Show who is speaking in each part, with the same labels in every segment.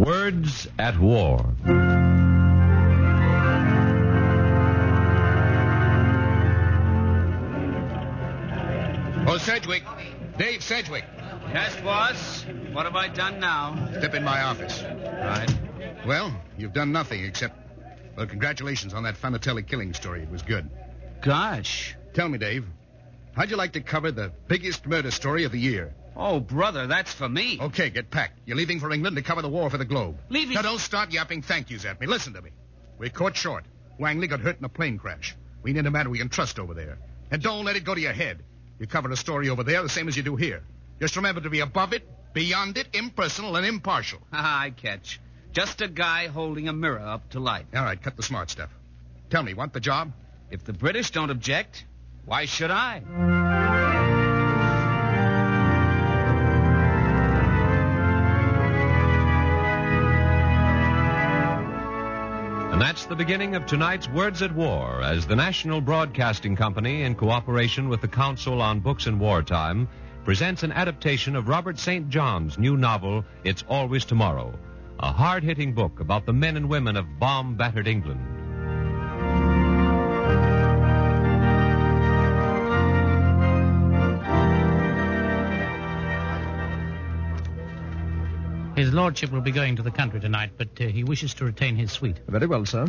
Speaker 1: Words at War.
Speaker 2: Oh, Sedgwick. Dave Sedgwick.
Speaker 3: Yes, boss. What have I done now?
Speaker 2: Step in my office.
Speaker 3: Right.
Speaker 2: Well, you've done nothing except. Well, congratulations on that Fanatelli killing story. It was good.
Speaker 3: Gosh.
Speaker 2: Tell me, Dave, how'd you like to cover the biggest murder story of the year?
Speaker 3: Oh, brother, that's for me.
Speaker 2: Okay, get packed. You're leaving for England to cover the war for the globe.
Speaker 3: Leaving-
Speaker 2: Now, don't start yapping thank yous at me. Listen to me. We're caught short. Wangley got hurt in a plane crash. We need a man we can trust over there. And don't let it go to your head. You cover a story over there the same as you do here. Just remember to be above it, beyond it, impersonal, and impartial.
Speaker 3: I catch. Just a guy holding a mirror up to light.
Speaker 2: All right, cut the smart stuff. Tell me, want the job?
Speaker 3: If the British don't object, why should I?
Speaker 1: And that's the beginning of tonight's Words at War as the National Broadcasting Company, in cooperation with the Council on Books in Wartime, presents an adaptation of Robert St. John's new novel, It's Always Tomorrow, a hard hitting book about the men and women of bomb battered England.
Speaker 4: His lordship will be going to the country tonight, but uh, he wishes to retain his suite.
Speaker 5: Very well, sir.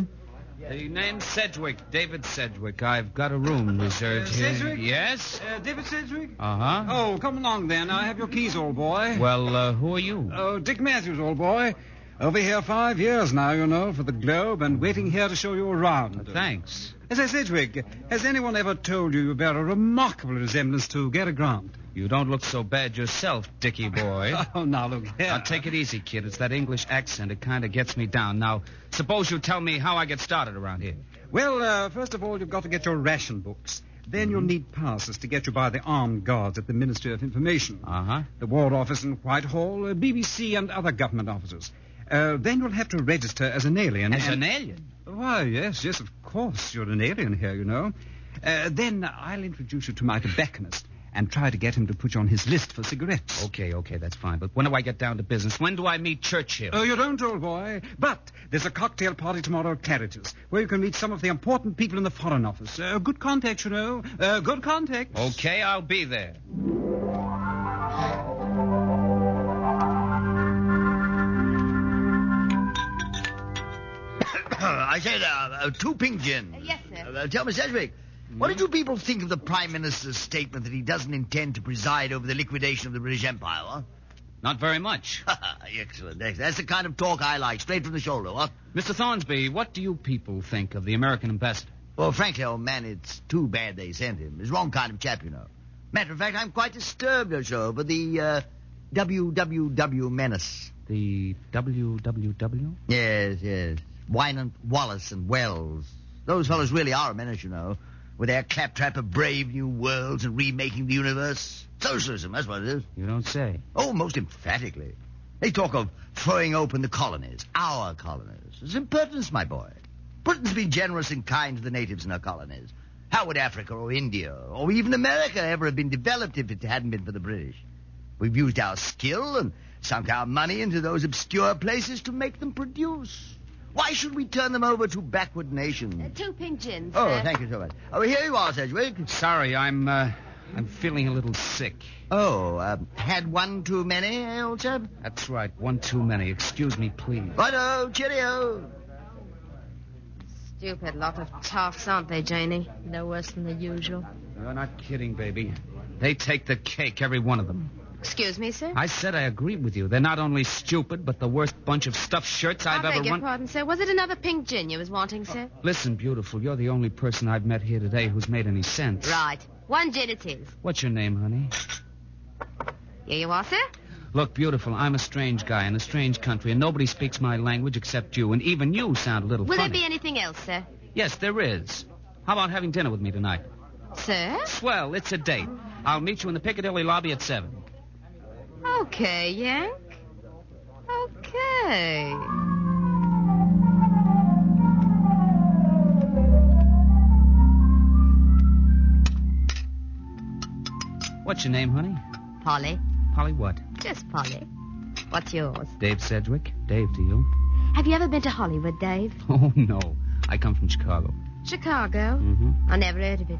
Speaker 3: The name Sedgwick, David Sedgwick. I've got a room reserved
Speaker 6: Uh,
Speaker 3: here.
Speaker 6: Sedgwick?
Speaker 3: Yes?
Speaker 6: Uh, David Sedgwick?
Speaker 3: Uh huh.
Speaker 6: Oh, come along then. I have your keys, old boy.
Speaker 3: Well, uh, who are you?
Speaker 6: Oh, Dick Matthews, old boy. Over here five years now, you know, for the Globe, and waiting here to show you around.
Speaker 3: Uh, Thanks.
Speaker 6: Say, Sedgwick, has anyone ever told you you bear a remarkable resemblance to Gary Grant?
Speaker 3: You don't look so bad yourself, Dickie boy.
Speaker 6: Oh, now look here.
Speaker 3: Now, take it easy, kid. It's that English accent. It kind of gets me down. Now, suppose you tell me how I get started around here.
Speaker 6: Well, uh, first of all, you've got to get your ration books. Then
Speaker 3: Mm-hmm.
Speaker 6: you'll need passes to get you by the armed guards at the Ministry of Information.
Speaker 3: huh.
Speaker 6: the War Office in Whitehall, uh, BBC, and other government offices. Uh, then you'll have to register as an alien.
Speaker 3: As an
Speaker 6: and-
Speaker 3: alien.
Speaker 6: Why, yes, yes, of course. You're an alien here, you know. Uh, then I'll introduce you to my tobacconist and try to get him to put you on his list for cigarettes.
Speaker 3: Okay, okay, that's fine. But when do I get down to business? When do I meet Churchill?
Speaker 6: Oh, you don't, old boy. But there's a cocktail party tomorrow at Claridge's where you can meet some of the important people in the Foreign Office. Uh, good contacts, you know. Uh, good contacts.
Speaker 3: okay, I'll be there.
Speaker 7: I said, uh, uh, two pink gin.
Speaker 8: Uh, yes, sir.
Speaker 7: Uh, tell me, Sedgwick, what did you people think of the Prime Minister's statement that he doesn't intend to preside over the liquidation of the British Empire?
Speaker 3: Not very much.
Speaker 7: Huh? excellent, excellent. That's the kind of talk I like, straight from the shoulder, what?
Speaker 3: Mr. Thornsby, what do you people think of the American ambassador?
Speaker 7: Well, frankly, old man, it's too bad they sent him. He's the wrong kind of chap, you know. Matter of fact, I'm quite disturbed, or so, over the uh, WWW menace.
Speaker 3: The WWW?
Speaker 7: Yes, yes. Wynant, Wallace, and Wells. Those fellows really are a menace, you know, with their claptrap of brave new worlds and remaking the universe. Socialism, that's what it is.
Speaker 3: You don't say.
Speaker 7: Oh, most emphatically. They talk of throwing open the colonies, our colonies. It's impertinence, my boy. Britain's been generous and kind to the natives in her colonies. How would Africa or India or even America ever have been developed if it hadn't been for the British? We've used our skill and sunk our money into those obscure places to make them produce. Why should we turn them over to backward
Speaker 8: Uh,
Speaker 7: nations?
Speaker 8: two pink gins.
Speaker 7: Oh,
Speaker 8: sir.
Speaker 7: thank you so much. Oh, here you are, Sedgwick.
Speaker 3: Sorry, I'm, uh, I'm feeling a little sick.
Speaker 7: Oh, um, had one too many, eh, old chap?
Speaker 3: That's right, one too many. Excuse me, please.
Speaker 7: Righto, cheerio.
Speaker 8: Stupid lot of toffs, aren't they, Janie? No worse than the usual.
Speaker 3: You're Uh, not kidding, baby. They take the cake, every one of them.
Speaker 8: Excuse me, sir.
Speaker 3: I said I agree with you. They're not only stupid, but the worst bunch of stuffed shirts
Speaker 8: I
Speaker 3: I've
Speaker 8: beg
Speaker 3: ever
Speaker 8: your
Speaker 3: run.
Speaker 8: pardon, sir. Was it another pink gin you was wanting, sir?
Speaker 3: Listen, beautiful, you're the only person I've met here today who's made any sense.
Speaker 8: Right. One gin it is.
Speaker 3: What's your name, honey?
Speaker 8: Here you are, sir.
Speaker 3: Look, beautiful, I'm a strange guy in a strange country, and nobody speaks my language except you, and even you sound a little
Speaker 8: Will there
Speaker 3: funny.
Speaker 8: be anything else, sir?
Speaker 3: Yes, there is. How about having dinner with me tonight?
Speaker 8: Sir?
Speaker 3: Swell, it's a date. I'll meet you in the Piccadilly lobby at seven.
Speaker 8: Okay, Yank. Okay.
Speaker 3: What's your name, honey?
Speaker 8: Polly.
Speaker 3: Polly what?
Speaker 8: Just Polly. What's yours?
Speaker 3: Dave Sedgwick. Dave to you.
Speaker 8: Have you ever been to Hollywood, Dave?
Speaker 3: Oh, no. I come from Chicago.
Speaker 8: Chicago?
Speaker 3: Mhm.
Speaker 8: I never heard of it.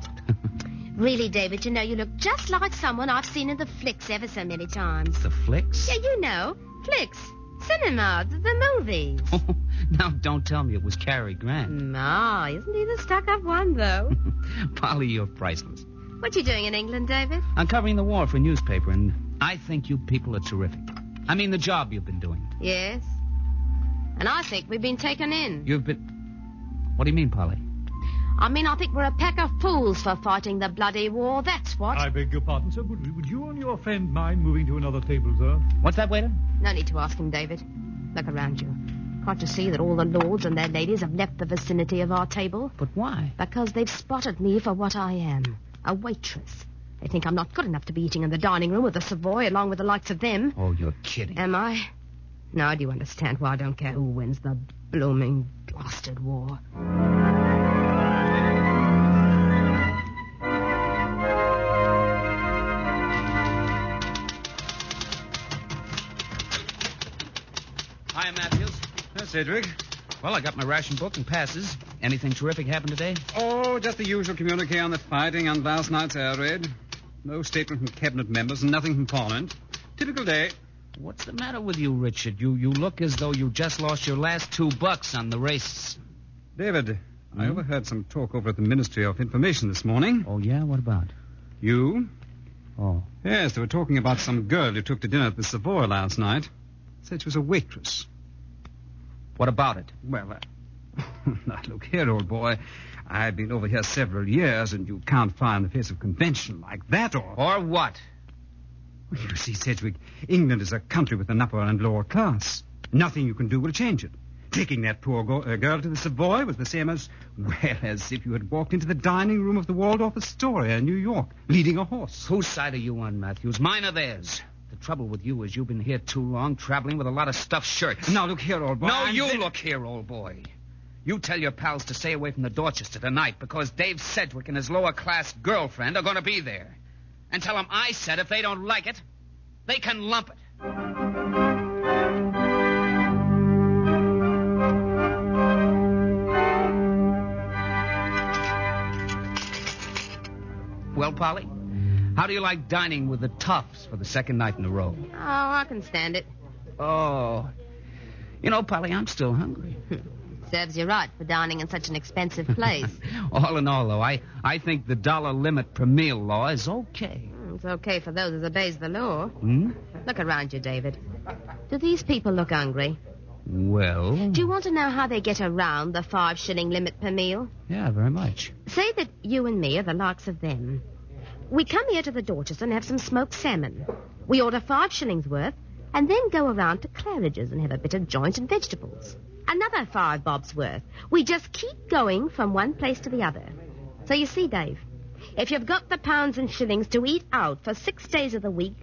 Speaker 8: really, David, you know, you look just like someone I've seen in the flicks ever so many times.
Speaker 3: The flicks?
Speaker 8: Yeah, you know, flicks, cinema, the, the movies.
Speaker 3: now, don't tell me it was Cary Grant.
Speaker 8: My, Oh, isn't he the stuck-up one, though?
Speaker 3: Polly, you're priceless.
Speaker 8: what you doing in England, David?
Speaker 3: I'm covering the war for a newspaper, and I think you people are terrific. I mean, the job you've been doing.
Speaker 8: Yes. And I think we've been taken in.
Speaker 3: You've been. What do you mean, Polly?
Speaker 8: I mean, I think we're a pack of fools for fighting the bloody war, that's what.
Speaker 5: I beg your pardon, sir. Would, would you and your friend mind moving to another table, sir?
Speaker 3: What's that, waiter?
Speaker 8: No need to ask him, David. Look around you. Can't you see that all the lords and their ladies have left the vicinity of our table?
Speaker 3: But why?
Speaker 8: Because they've spotted me for what I am a waitress. They think I'm not good enough to be eating in the dining room of the Savoy along with the likes of them.
Speaker 3: Oh, you're kidding.
Speaker 8: Am I? Now, do you understand why I don't care who wins the blooming blasted war?
Speaker 3: Hi, Matthews.
Speaker 6: Sedgwick.
Speaker 3: Well, I got my ration book and passes. Anything terrific happened today?
Speaker 6: Oh, just the usual communique on the fighting on last night's air raid. No statement from cabinet members, nothing from Parliament. Typical day.
Speaker 3: What's the matter with you, Richard? You you look as though you just lost your last two bucks on the race.
Speaker 6: David, I overheard some talk over at the Ministry of Information this morning.
Speaker 3: Hmm? Oh yeah, what about?
Speaker 6: You?
Speaker 3: Oh.
Speaker 6: Yes, they were talking about some girl you took to dinner at the Savoy last night. Said she was a waitress.
Speaker 3: What about it?
Speaker 6: Well, uh, now look here, old boy. I've been over here several years, and you can't fly in the face of convention like that, or.
Speaker 3: Or what?
Speaker 6: You see, Sedgwick, England is a country with an upper and lower class. Nothing you can do will change it. Taking that poor go- uh, girl to the Savoy was the same as, well, as if you had walked into the dining room of the Waldorf Astoria in New York, leading a horse.
Speaker 3: Whose side are you on, Matthews? Mine or theirs? The trouble with you is you've been here too long, traveling with a lot of stuffed shirts.
Speaker 6: Now, look here, old boy.
Speaker 3: no,
Speaker 6: I'm
Speaker 3: you
Speaker 6: ve-
Speaker 3: look here, old boy. You tell your pals to stay away from the Dorchester tonight because Dave Sedgwick and his lower class girlfriend are going to be there. And tell them I said if they don't like it, they can lump it. Well, Polly, how do you like dining with the toughs for the second night in a row?
Speaker 8: Oh, I can stand it.
Speaker 3: Oh. You know, Polly, I'm still hungry.
Speaker 8: Serves you right for dining in such an expensive place.
Speaker 3: all in all, though, I, I think the dollar limit per meal law is okay.
Speaker 8: Mm, it's okay for those as obeys the law.
Speaker 3: Hmm?
Speaker 8: Look around you, David. Do these people look hungry?
Speaker 3: Well,
Speaker 8: Do you want to know how they get around the five shilling limit per meal?
Speaker 3: yeah, very much.
Speaker 8: Say that you and me are the likes of them. We come here to the Dorchester and have some smoked salmon. We order five shillings worth, and then go around to Claridge's and have a bit of joint and vegetables. Another five bob's worth. We just keep going from one place to the other. So you see, Dave, if you've got the pounds and shillings to eat out for six days of the week,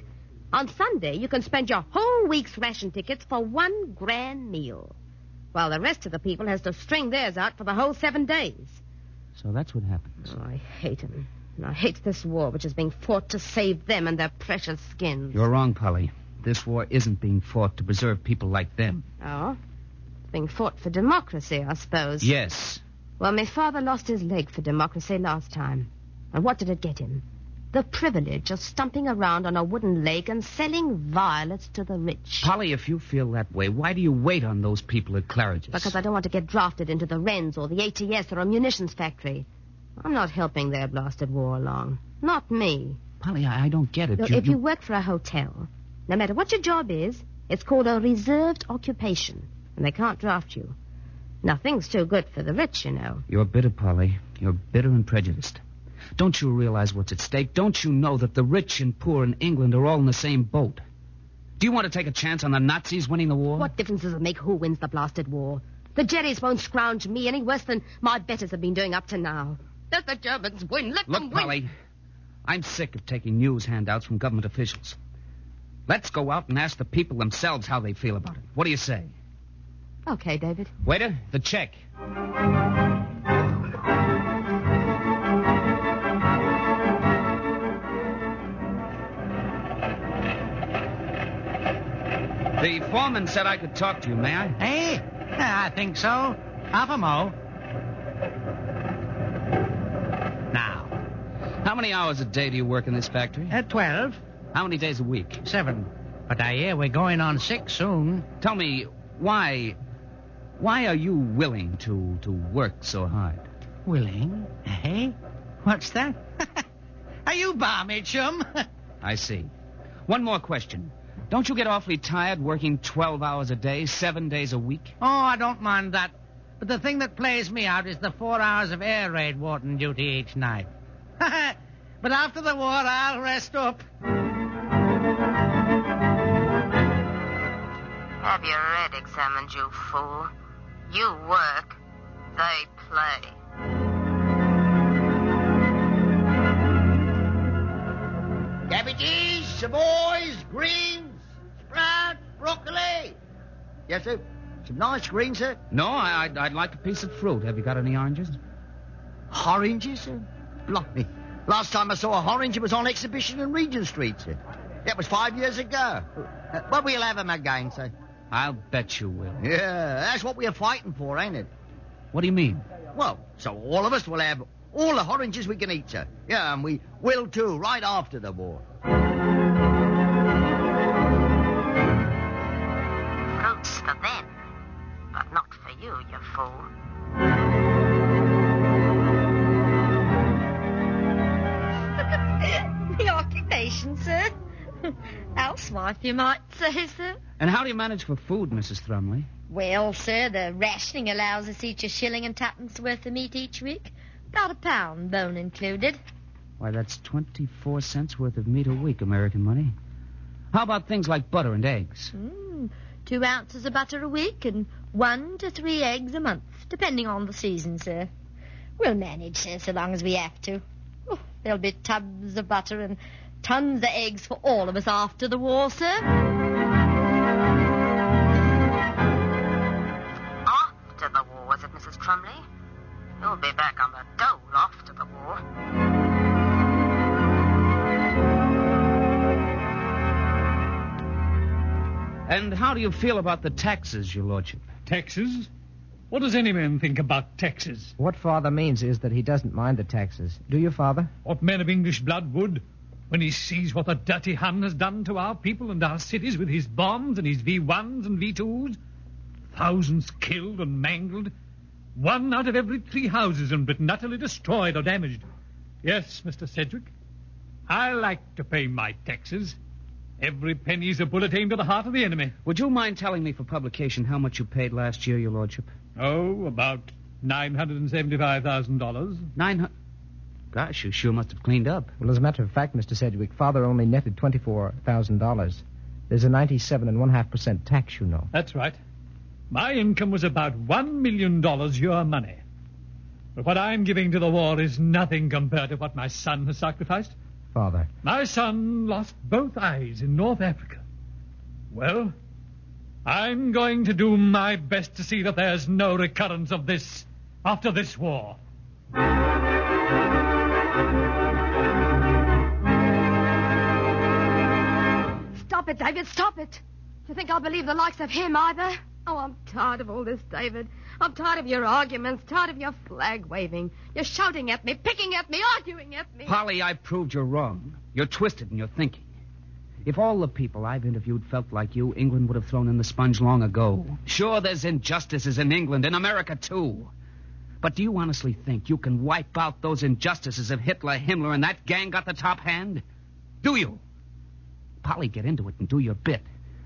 Speaker 8: on Sunday you can spend your whole week's ration tickets for one grand meal, while the rest of the people has to string theirs out for the whole seven days.
Speaker 3: So that's what happens.
Speaker 8: Oh, I hate 'em. And I hate this war which is being fought to save them and their precious skins.
Speaker 3: You're wrong, Polly. This war isn't being fought to preserve people like them.
Speaker 8: Oh? It's being fought for democracy, I suppose.
Speaker 3: Yes.
Speaker 8: Well, my father lost his leg for democracy last time. And what did it get him? The privilege of stumping around on a wooden leg and selling violets to the rich.
Speaker 3: Polly, if you feel that way, why do you wait on those people at Claridge's?
Speaker 8: Because I don't want to get drafted into the Wrens or the ATS or a munitions factory. I'm not helping their blasted war along. Not me.
Speaker 3: Polly, I, I don't get it.
Speaker 8: Look, if you work for a hotel, no matter what your job is, it's called a reserved occupation, and they can't draft you. Nothing's too good for the rich, you know.
Speaker 3: You're bitter, Polly. You're bitter and prejudiced. Don't you realize what's at stake? Don't you know that the rich and poor in England are all in the same boat? Do you want to take a chance on the Nazis winning the war?
Speaker 8: What difference does it make who wins the blasted war? The Jerrys won't scrounge me any worse than my betters have been doing up to now. Let the Germans win. Let them
Speaker 3: Look,
Speaker 8: win.
Speaker 3: Polly, I'm sick of taking news handouts from government officials. Let's go out and ask the people themselves how they feel about it. What do you say?
Speaker 8: Okay, David.
Speaker 3: Waiter, the check. The foreman said I could talk to you, may I?
Speaker 9: Hey, I think so. Half a mo. Now,
Speaker 3: How many hours a day do you work in this factory?
Speaker 9: at 12,
Speaker 3: How many days a week?
Speaker 9: 7. But I hear we're going on 6 soon.
Speaker 3: Tell me, why. Why are you willing to, to work so hard?
Speaker 9: Willing? Hey? What's that? Are you balmy, chum?
Speaker 3: I see. One more question. Don't you get awfully tired working 12 hours a day, seven days a week?
Speaker 9: Oh, I don't mind that. But the thing that plays me out is the four hours of air raid warden duty each night. but after the war, I'll rest up.
Speaker 10: Have your head examined, you fool. You work, they play.
Speaker 7: Cabbages, savoys, greens, sprout, broccoli. Yes, sir. Some nice greens, sir.
Speaker 3: No, I, I'd, I'd like a piece of fruit. Have you got any oranges?
Speaker 7: Oranges, sir. Blimey. Last time I saw a orange, it was on exhibition in Regent Street, sir. That was five years ago. Uh, But we'll have 'em again, sir.
Speaker 3: I'll bet you will.
Speaker 7: Yeah, that's what we're fighting for, ain't it?
Speaker 3: What do you mean?
Speaker 7: Well, so all of us will have all the oranges we can eat, sir. Yeah, and we will too, right after the war.
Speaker 10: Fruits for them, but not for you, you fool.
Speaker 11: the occupation, sir. Housewife, you might say, sir.
Speaker 3: And how do you manage for food, Mrs. Thrumley?
Speaker 11: Well, sir, the rationing allows us each a shilling and twopence worth of meat each week. About a pound, bone included.
Speaker 3: Why, that's 24 cents worth of meat a week, American money. How about things like butter and eggs?
Speaker 11: Mm, two ounces of butter a week and one to three eggs a month, depending on the season, sir. We'll manage, sir, so long as we have to. Oh, there'll be tubs of butter and tons of eggs for all of us after the war, sir.
Speaker 10: After the war, was it, Mrs. Trumley? You'll be back on the dole after the war.
Speaker 3: And how do you feel about the taxes, Your Lordship?
Speaker 5: Taxes? What does any man think about taxes?
Speaker 4: What father means is that he doesn't mind the taxes. Do you, father?
Speaker 5: What man of English blood would when he sees what the dirty Hun has done to our people and our cities with his bombs and his V1s and V2s? Thousands killed and mangled. One out of every three houses in Britain utterly destroyed or damaged. Yes, Mr. Sedgwick, I like to pay my taxes. Every penny's a bullet aimed at the heart of the enemy.
Speaker 3: Would you mind telling me for publication how much you paid last year, Your Lordship?
Speaker 5: Oh, about $975,000.
Speaker 3: Nine hundred. Gosh, you sure must have cleaned up.
Speaker 4: Well, as a matter of fact, Mr. Sedgwick, father only netted $24,000. There's a 97 and one half percent tax, you know.
Speaker 5: That's right. My income was about one million dollars your money. But what I'm giving to the war is nothing compared to what my son has sacrificed.
Speaker 4: Father.
Speaker 5: My son lost both eyes in North Africa. Well, I'm going to do my best to see that there's no recurrence of this after this war.
Speaker 8: Stop it, David, stop it. You think I'll believe the likes of him either? Oh, I'm tired of all this, David. I'm tired of your arguments, tired of your flag waving. You're shouting at me, picking at me, arguing at me.
Speaker 3: Polly, I proved you're wrong. You're twisted in your thinking. If all the people I've interviewed felt like you, England would have thrown in the sponge long ago. Sure, there's injustices in England, in America, too. But do you honestly think you can wipe out those injustices if Hitler, Himmler, and that gang got the top hand? Do you? Polly, get into it and do your bit.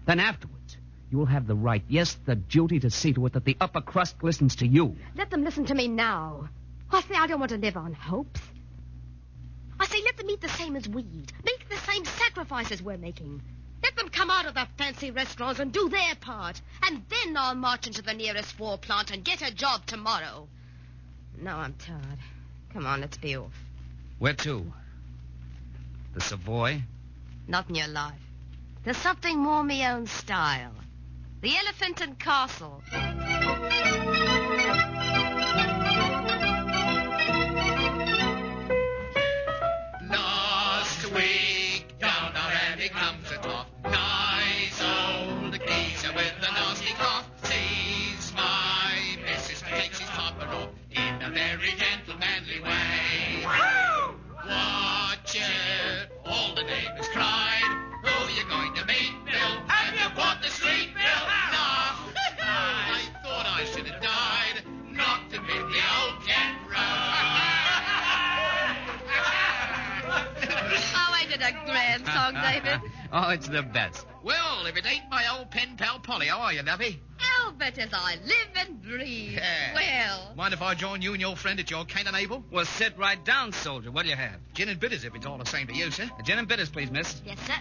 Speaker 3: Then afterwards, you'll have the right, yes, the duty to see to it that the upper crust listens to you.
Speaker 8: Let them listen to me now. I say I don't want to live on hopes.
Speaker 11: I say, let them eat the same as we eat, make the same sacrifices we're making. Let them come out of the fancy restaurants and do their part, and then I'll march into the nearest war plant and get a job tomorrow. No, I'm tired. Come on, let's be off.
Speaker 3: Where to? The Savoy?
Speaker 11: Not in your life. There's something more me own style. The Elephant and Castle.
Speaker 3: Last week, down our alley comes a tough, nice old geek.
Speaker 8: Oh, on, David.
Speaker 12: oh, it's the best. Well, if it ain't my old pen pal Polly, how are you, Duffy?
Speaker 8: Albert, as I live and breathe.
Speaker 12: Yeah.
Speaker 8: Well,
Speaker 12: Mind if I join you and your friend at your cane and able? Well, sit right down, soldier. What do you have? Gin and bitters, if it's all the same to you, sir. Gin and bitters, please, miss.
Speaker 8: yes, sir.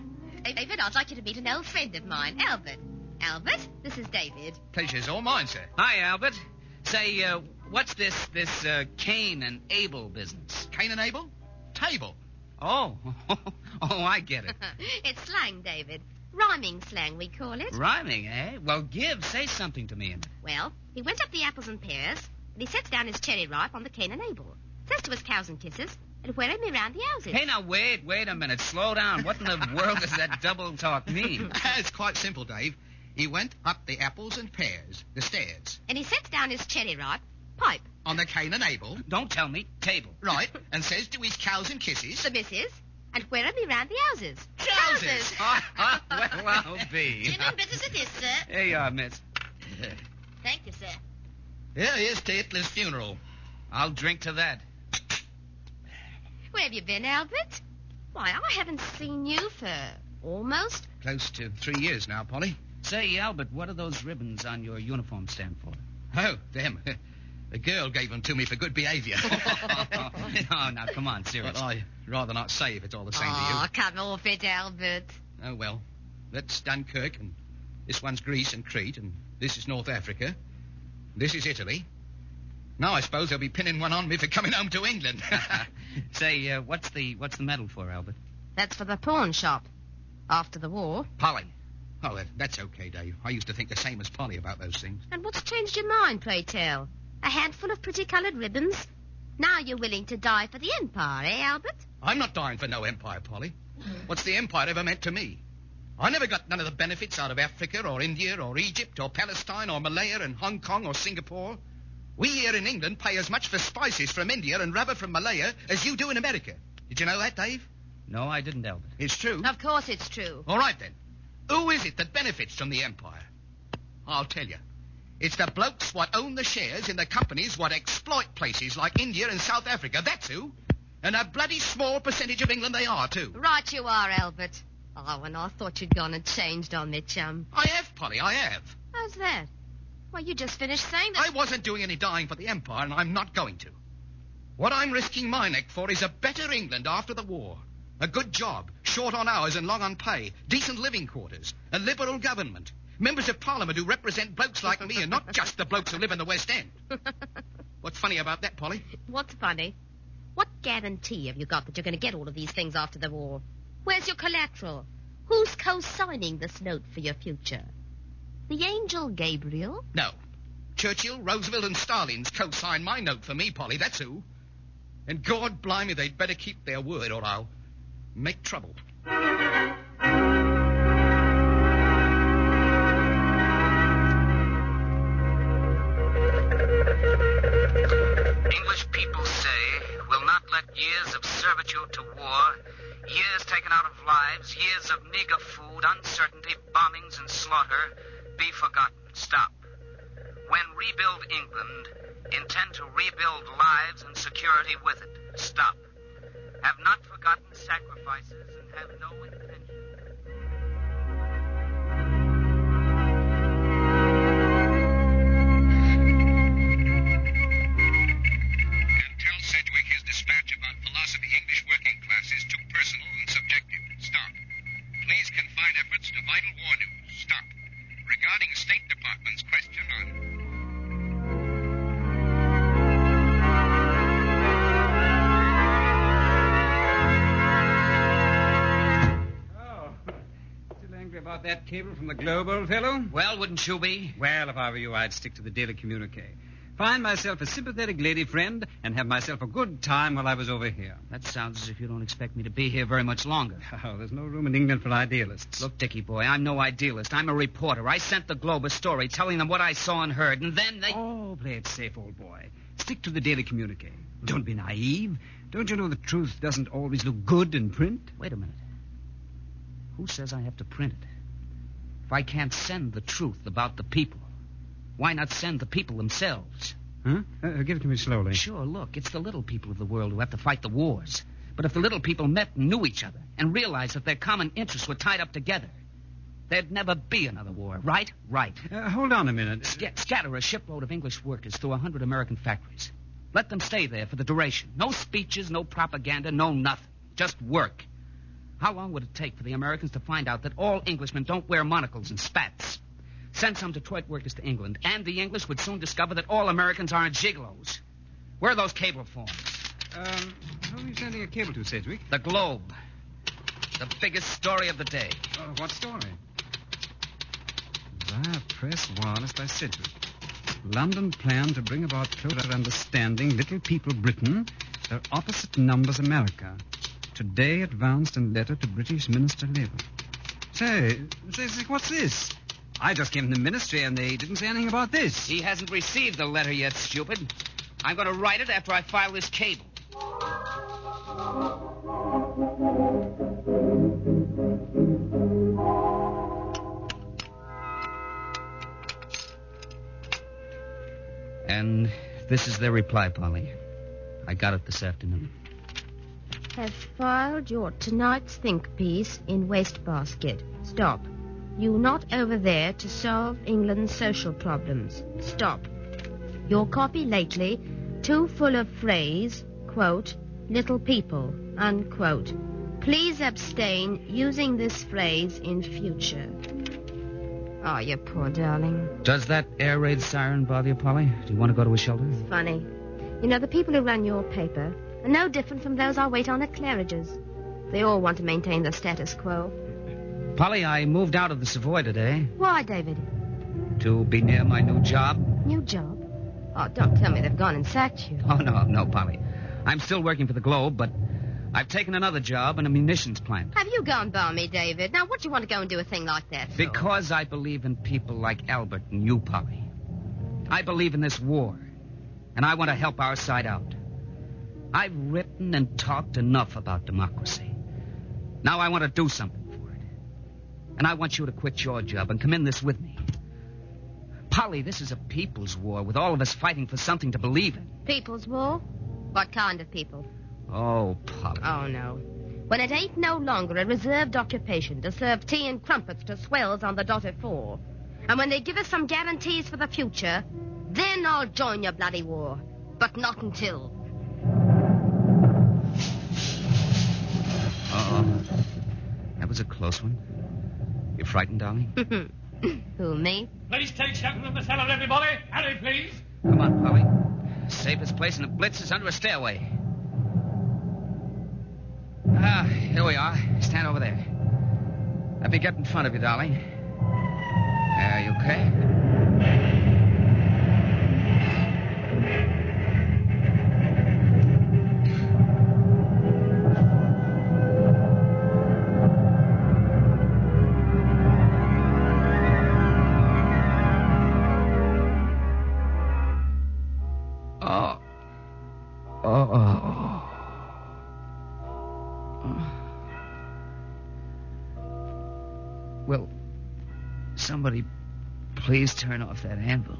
Speaker 8: David, I'd like you to meet an old friend of mine, Albert. Albert, this is David.
Speaker 12: Pleasure's all mine, sir. Hi, Albert. Say, uh, what's this this uh, Cain and Abel business? Cain and Abel? Table. Oh, oh, I get it.
Speaker 8: it's slang, David. Rhyming slang, we call it.
Speaker 12: Rhyming, eh? Well, give, say something to me. And...
Speaker 8: Well, he went up the apples and pears, and he sets down his cherry ripe on the cane and Abel. Says to his cows and kisses, and where me round the houses.
Speaker 12: Hey, now wait, wait a minute. Slow down. What in the world does that double talk mean? it's quite simple, Dave. He went up the apples and pears, the stairs,
Speaker 8: And he sets down his cherry ripe pipe.
Speaker 12: on the cane and Abel. Don't tell me, table. Right, and says to his cows and kisses.
Speaker 8: The missus, and where me round the houses.
Speaker 12: Trousers. well, I'll be.
Speaker 8: Gin and bitters it is, sir.
Speaker 12: Here you are, miss.
Speaker 8: Thank you, sir.
Speaker 12: Here is to Hitler's funeral. I'll drink to that.
Speaker 8: Where have you been, Albert? Why, I haven't seen you for almost.
Speaker 12: Close to three years now, Polly. Say, Albert, what do those ribbons on your uniform stand for? Oh, them. The girl gave them to me for good behavior. no, now, come on, Ah. seriously. Well, I'd rather not say if it's all the same
Speaker 8: oh, come off it, Albert.
Speaker 12: to you. Oh, well. That's Dunkirk, and this one's Greece and Crete, and this is North Africa. This is Italy. Now I suppose they'll be pinning one on me for coming home to England. Say, uh, what's the what's the medal for, Albert?
Speaker 8: That's for the pawn shop. After the war.
Speaker 12: Polly. Oh, that, that's okay, Dave. I used to think the same as Polly about those things.
Speaker 8: And what's changed your mind, pray tell? A handful of pretty coloured ribbons. Now you're willing to die for the Empire, eh, Albert?
Speaker 12: I'm not dying for no empire, Polly. What's the empire ever meant to me? I never got none of the benefits out of Africa or India or Egypt or Palestine or Malaya and Hong Kong or Singapore. We here in England pay as much for spices from India and rubber from Malaya as you do in America. Did you know that, Dave? No, I didn't, Albert. It's true.
Speaker 8: Of course it's true.
Speaker 12: All right, then. Who is it that benefits from the empire? I'll tell you. It's the blokes what own the shares in the companies what exploit places like India and South Africa. That's who. And a bloody small percentage of England they are, too.
Speaker 8: Right you are, Albert. Oh, and I thought you'd gone and changed on me, chum.
Speaker 12: I have, Polly, I have.
Speaker 8: How's that? Why, you just finished saying that.
Speaker 12: I wasn't doing any dying for the Empire, and I'm not going to. What I'm risking my neck for is a better England after the war. A good job, short on hours and long on pay, decent living quarters, a liberal government, members of parliament who represent blokes like me and not just the blokes who live in the West End. What's funny about that, Polly?
Speaker 8: What's funny? What guarantee have you got that you're going to get all of these things after the war? Where's your collateral? Who's co-signing this note for your future? The angel Gabriel?
Speaker 12: No. Churchill, Roosevelt, and Stalin's co-signed my note for me, Polly, that's who. And God blimey, they'd better keep their word or I'll make trouble.
Speaker 3: English people say will not let years of servitude to war, years taken out of lives, years of meager food, uncertainty, bombings, and slaughter be forgotten. Stop. When rebuild England, intend to rebuild lives and security with it. Stop. Have not forgotten sacrifices and have no intention.
Speaker 10: Tell Sedgwick his dispatch about philosophy English working class is too personal and subjective. Stop. Please confine efforts to vital war news. Stop. Regarding State Department's question on
Speaker 6: Still angry about that cable from the Globe, old fellow?
Speaker 12: Well, wouldn't you be?
Speaker 6: Well, if I were you, I'd stick to the Daily Communique. Find myself a sympathetic lady friend and have myself a good time while I was over here.
Speaker 12: That sounds as if you don't expect me to be here very much longer.
Speaker 6: Oh, there's no room in England for idealists.
Speaker 12: Look, Dickie boy, I'm no idealist. I'm a reporter. I sent the Globe a story telling them what I saw and heard, and then they.
Speaker 6: Oh, play it safe, old boy. Stick to the Daily Communique. Don't be naive. Don't you know the truth doesn't always look good in print?
Speaker 12: Wait a minute. Who says I have to print it? If I can't send the truth about the people, why not send the people themselves?
Speaker 6: Huh? Uh, give it to me slowly.
Speaker 12: Sure, look, it's the little people of the world who have to fight the wars.
Speaker 3: But if the little people met and knew each other and realized that their common interests were tied up together, there'd never be another war, right? Right.
Speaker 6: Uh, hold on a minute.
Speaker 3: Sca- scatter a shipload of English workers through a hundred American factories. Let them stay there for the duration. No speeches, no propaganda, no nothing. Just work. How long would it take for the Americans to find out that all Englishmen don't wear monocles and spats? Send some Detroit workers to England, and the English would soon discover that all Americans aren't gigolos. Where are those cable forms?
Speaker 6: Um, who are you sending a cable to, Sedgwick?
Speaker 3: The Globe. The biggest story of the day.
Speaker 6: Oh, what story? Via press wireless by Sedgwick. London plan to bring about closer understanding little people Britain, their opposite numbers America. Today advanced in letter to British Minister Labour. Say, Sedgwick, what's this? I just came from the ministry and they didn't say anything about this.
Speaker 3: He hasn't received the letter yet, stupid. I'm going to write it after I file this cable. And this is their reply, Polly. I got it this afternoon.
Speaker 8: Have filed your tonight's think piece in wastebasket. Stop. You not over there to solve England's social problems. Stop. Your copy lately too full of phrase, quote, little people, unquote. Please abstain using this phrase in future. Oh, you poor darling.
Speaker 3: Does that air raid siren bother you, Polly? Do you want to go to a shelter?
Speaker 8: Funny. You know, the people who run your paper are no different from those I wait on at Claridge's. They all want to maintain the status quo.
Speaker 3: Polly, I moved out of the Savoy today
Speaker 8: Why, David?
Speaker 3: to be near my new job.
Speaker 8: New job? Oh, don't tell me they've gone and sacked you.
Speaker 3: Oh, no, no, Polly. I'm still working for the Globe, but I've taken another job in a munitions plant.
Speaker 8: Have you gone balmy, David? Now, what do you want to go and do a thing like that? for?
Speaker 3: Because I believe in people like Albert and you, Polly. I believe in this war, and I want to help our side out. I've written and talked enough about democracy. Now I want to do something for it. And I want you to quit your job and come in this with me. Polly, this is a people's war with all of us fighting for something to believe in.
Speaker 8: People's war? What kind of people?
Speaker 3: Oh, Polly.
Speaker 8: Oh, no. When it ain't no longer a reserved occupation to serve tea and crumpets to swells on the dotted floor, and when they give us some guarantees for the future, then I'll join your bloody war. But not until.
Speaker 3: Uh-oh. That was a close one. You frightened, darling?
Speaker 8: Who, me?
Speaker 5: Please take shelter in the cellar, everybody. Harry, please.
Speaker 3: Come on, Polly. Safest place in the Blitz is under a stairway. Ah, here we are. Stand over there. Let me get in front of you, darling. Are you okay? Oh. Oh. oh. Will somebody please turn off that anvil?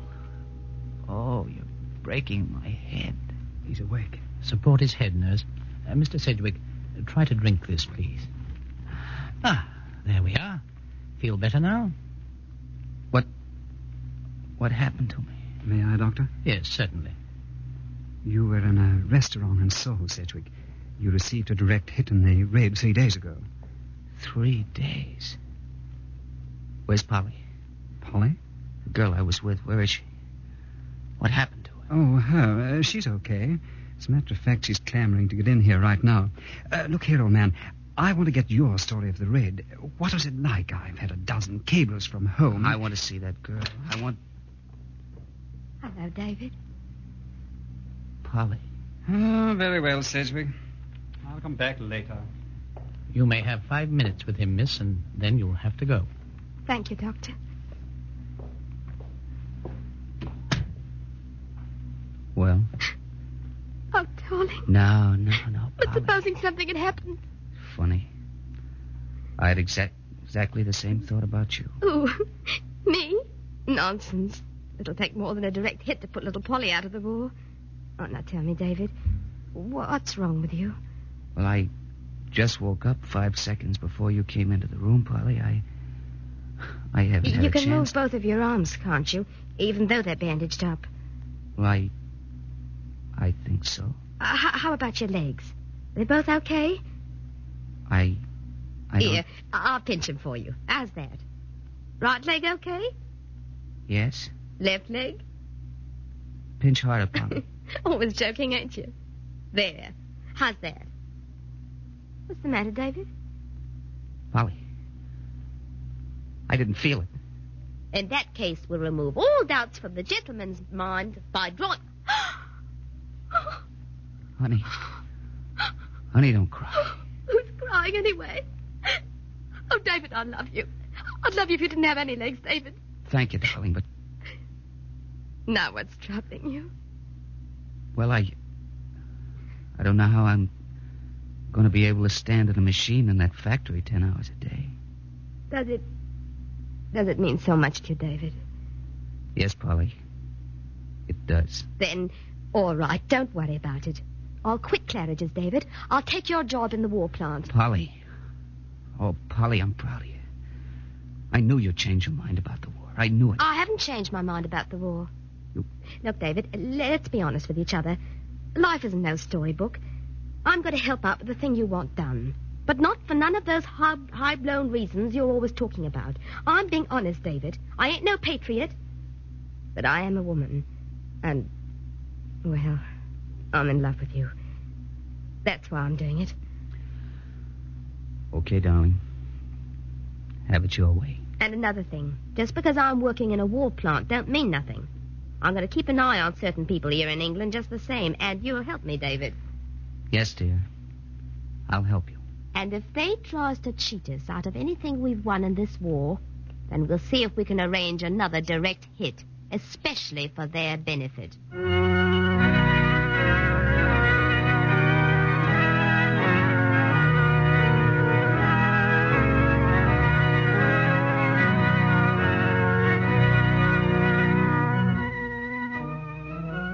Speaker 3: Oh, you're breaking my head.
Speaker 6: He's awake.
Speaker 4: Support his head, nurse. Uh, Mr. Sedgwick, uh, try to drink this, please. Ah, there we are. Feel better now?
Speaker 3: What happened to me?
Speaker 6: May I, Doctor?
Speaker 4: Yes, certainly.
Speaker 6: You were in a restaurant in Seoul, Sedgwick. You received a direct hit in the raid three days ago.
Speaker 3: Three days. Where's Polly?
Speaker 6: Polly?
Speaker 3: The girl I was with, where is she? What happened to her?
Speaker 6: Oh, her. Uh, she's okay. As a matter of fact, she's clamoring to get in here right now. Uh, look here, old man. I want to get your story of the raid. What was it like? I've had a dozen cables from home.
Speaker 3: I want to see that girl. I want
Speaker 8: Hello, David.
Speaker 3: Polly.
Speaker 6: Oh, very well, Sedgwick. I'll come back later.
Speaker 4: You may have five minutes with him, miss, and then you'll have to go.
Speaker 12: Thank you, Doctor.
Speaker 3: Well?
Speaker 12: Oh, darling.
Speaker 3: No, no, no.
Speaker 12: But
Speaker 3: Polly.
Speaker 12: supposing something had happened.
Speaker 3: Funny. I had exact, exactly the same thought about you.
Speaker 12: Ooh, me? Nonsense. It'll take more than a direct hit to put little Polly out of the war. Oh, now tell me, David, what's wrong with you?
Speaker 3: Well, I just woke up five seconds before you came into the room, Polly. I. I haven't
Speaker 8: You,
Speaker 3: had
Speaker 8: you
Speaker 3: a
Speaker 8: can
Speaker 3: chance.
Speaker 8: move both of your arms, can't you? Even though they're bandaged up.
Speaker 3: Well, I. I think so.
Speaker 8: Uh, how, how about your legs? They're both okay?
Speaker 3: I. I don't-
Speaker 8: Here, I- I'll pinch him for you. How's that? Right leg okay?
Speaker 3: Yes?
Speaker 8: Left leg?
Speaker 3: Pinch harder, Polly.
Speaker 8: Always joking, ain't you? There. How's that? What's the matter, David?
Speaker 3: Polly. I didn't feel it.
Speaker 8: In that case, we'll remove all doubts from the gentleman's mind by drawing.
Speaker 3: Honey. Honey, don't cry.
Speaker 13: Who's crying anyway? Oh, David, I love you. I'd love you if you didn't have any legs, David.
Speaker 3: Thank you, darling, but.
Speaker 13: Now what's troubling you?
Speaker 3: Well, I. I don't know how I'm going to be able to stand at a machine in that factory ten hours a day.
Speaker 8: Does it. Does it mean so much to you, David?
Speaker 3: Yes, Polly. It does.
Speaker 8: Then, all right, don't worry about it. I'll quit Claridge's, David. I'll take your job in the war plant.
Speaker 3: Polly. Oh, Polly, I'm proud of you. I knew you'd change your mind about the war. I knew it.
Speaker 8: Oh, I haven't changed my mind about the war. Look, David, let's be honest with each other. Life isn't no storybook. I'm going to help out with the thing you want done. But not for none of those high, high-blown reasons you're always talking about. I'm being honest, David. I ain't no patriot. But I am a woman. And, well, I'm in love with you. That's why I'm doing it.
Speaker 3: Okay, darling. Have it your way.
Speaker 8: And another thing, just because I'm working in a war plant don't mean nothing. I'm going to keep an eye on certain people here in England just the same, and you'll help me, David.
Speaker 3: Yes, dear. I'll help you.
Speaker 8: And if they tries to cheat us out of anything we've won in this war, then we'll see if we can arrange another direct hit, especially for their benefit.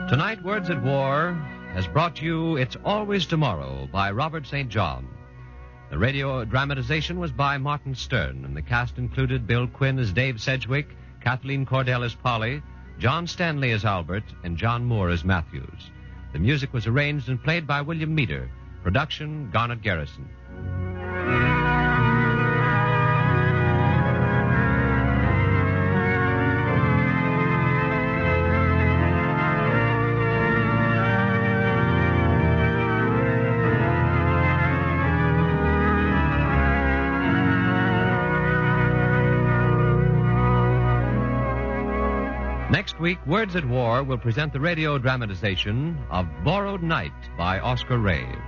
Speaker 1: Tonight, Words at War has brought you It's Always Tomorrow by Robert St. John. The radio dramatization was by Martin Stern, and the cast included Bill Quinn as Dave Sedgwick, Kathleen Cordell as Polly, John Stanley as Albert, and John Moore as Matthews. The music was arranged and played by William Meader. Production, Garnet Garrison. Next week, Words at War will present the radio dramatization of Borrowed Night by Oscar Rave.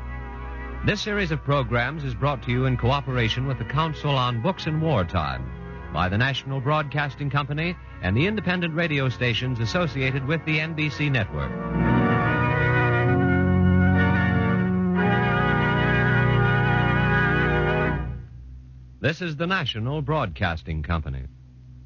Speaker 1: This series of programs is brought to you in cooperation with the Council on Books in Wartime by the National Broadcasting Company and the independent radio stations associated with the NBC network. This is the National Broadcasting Company.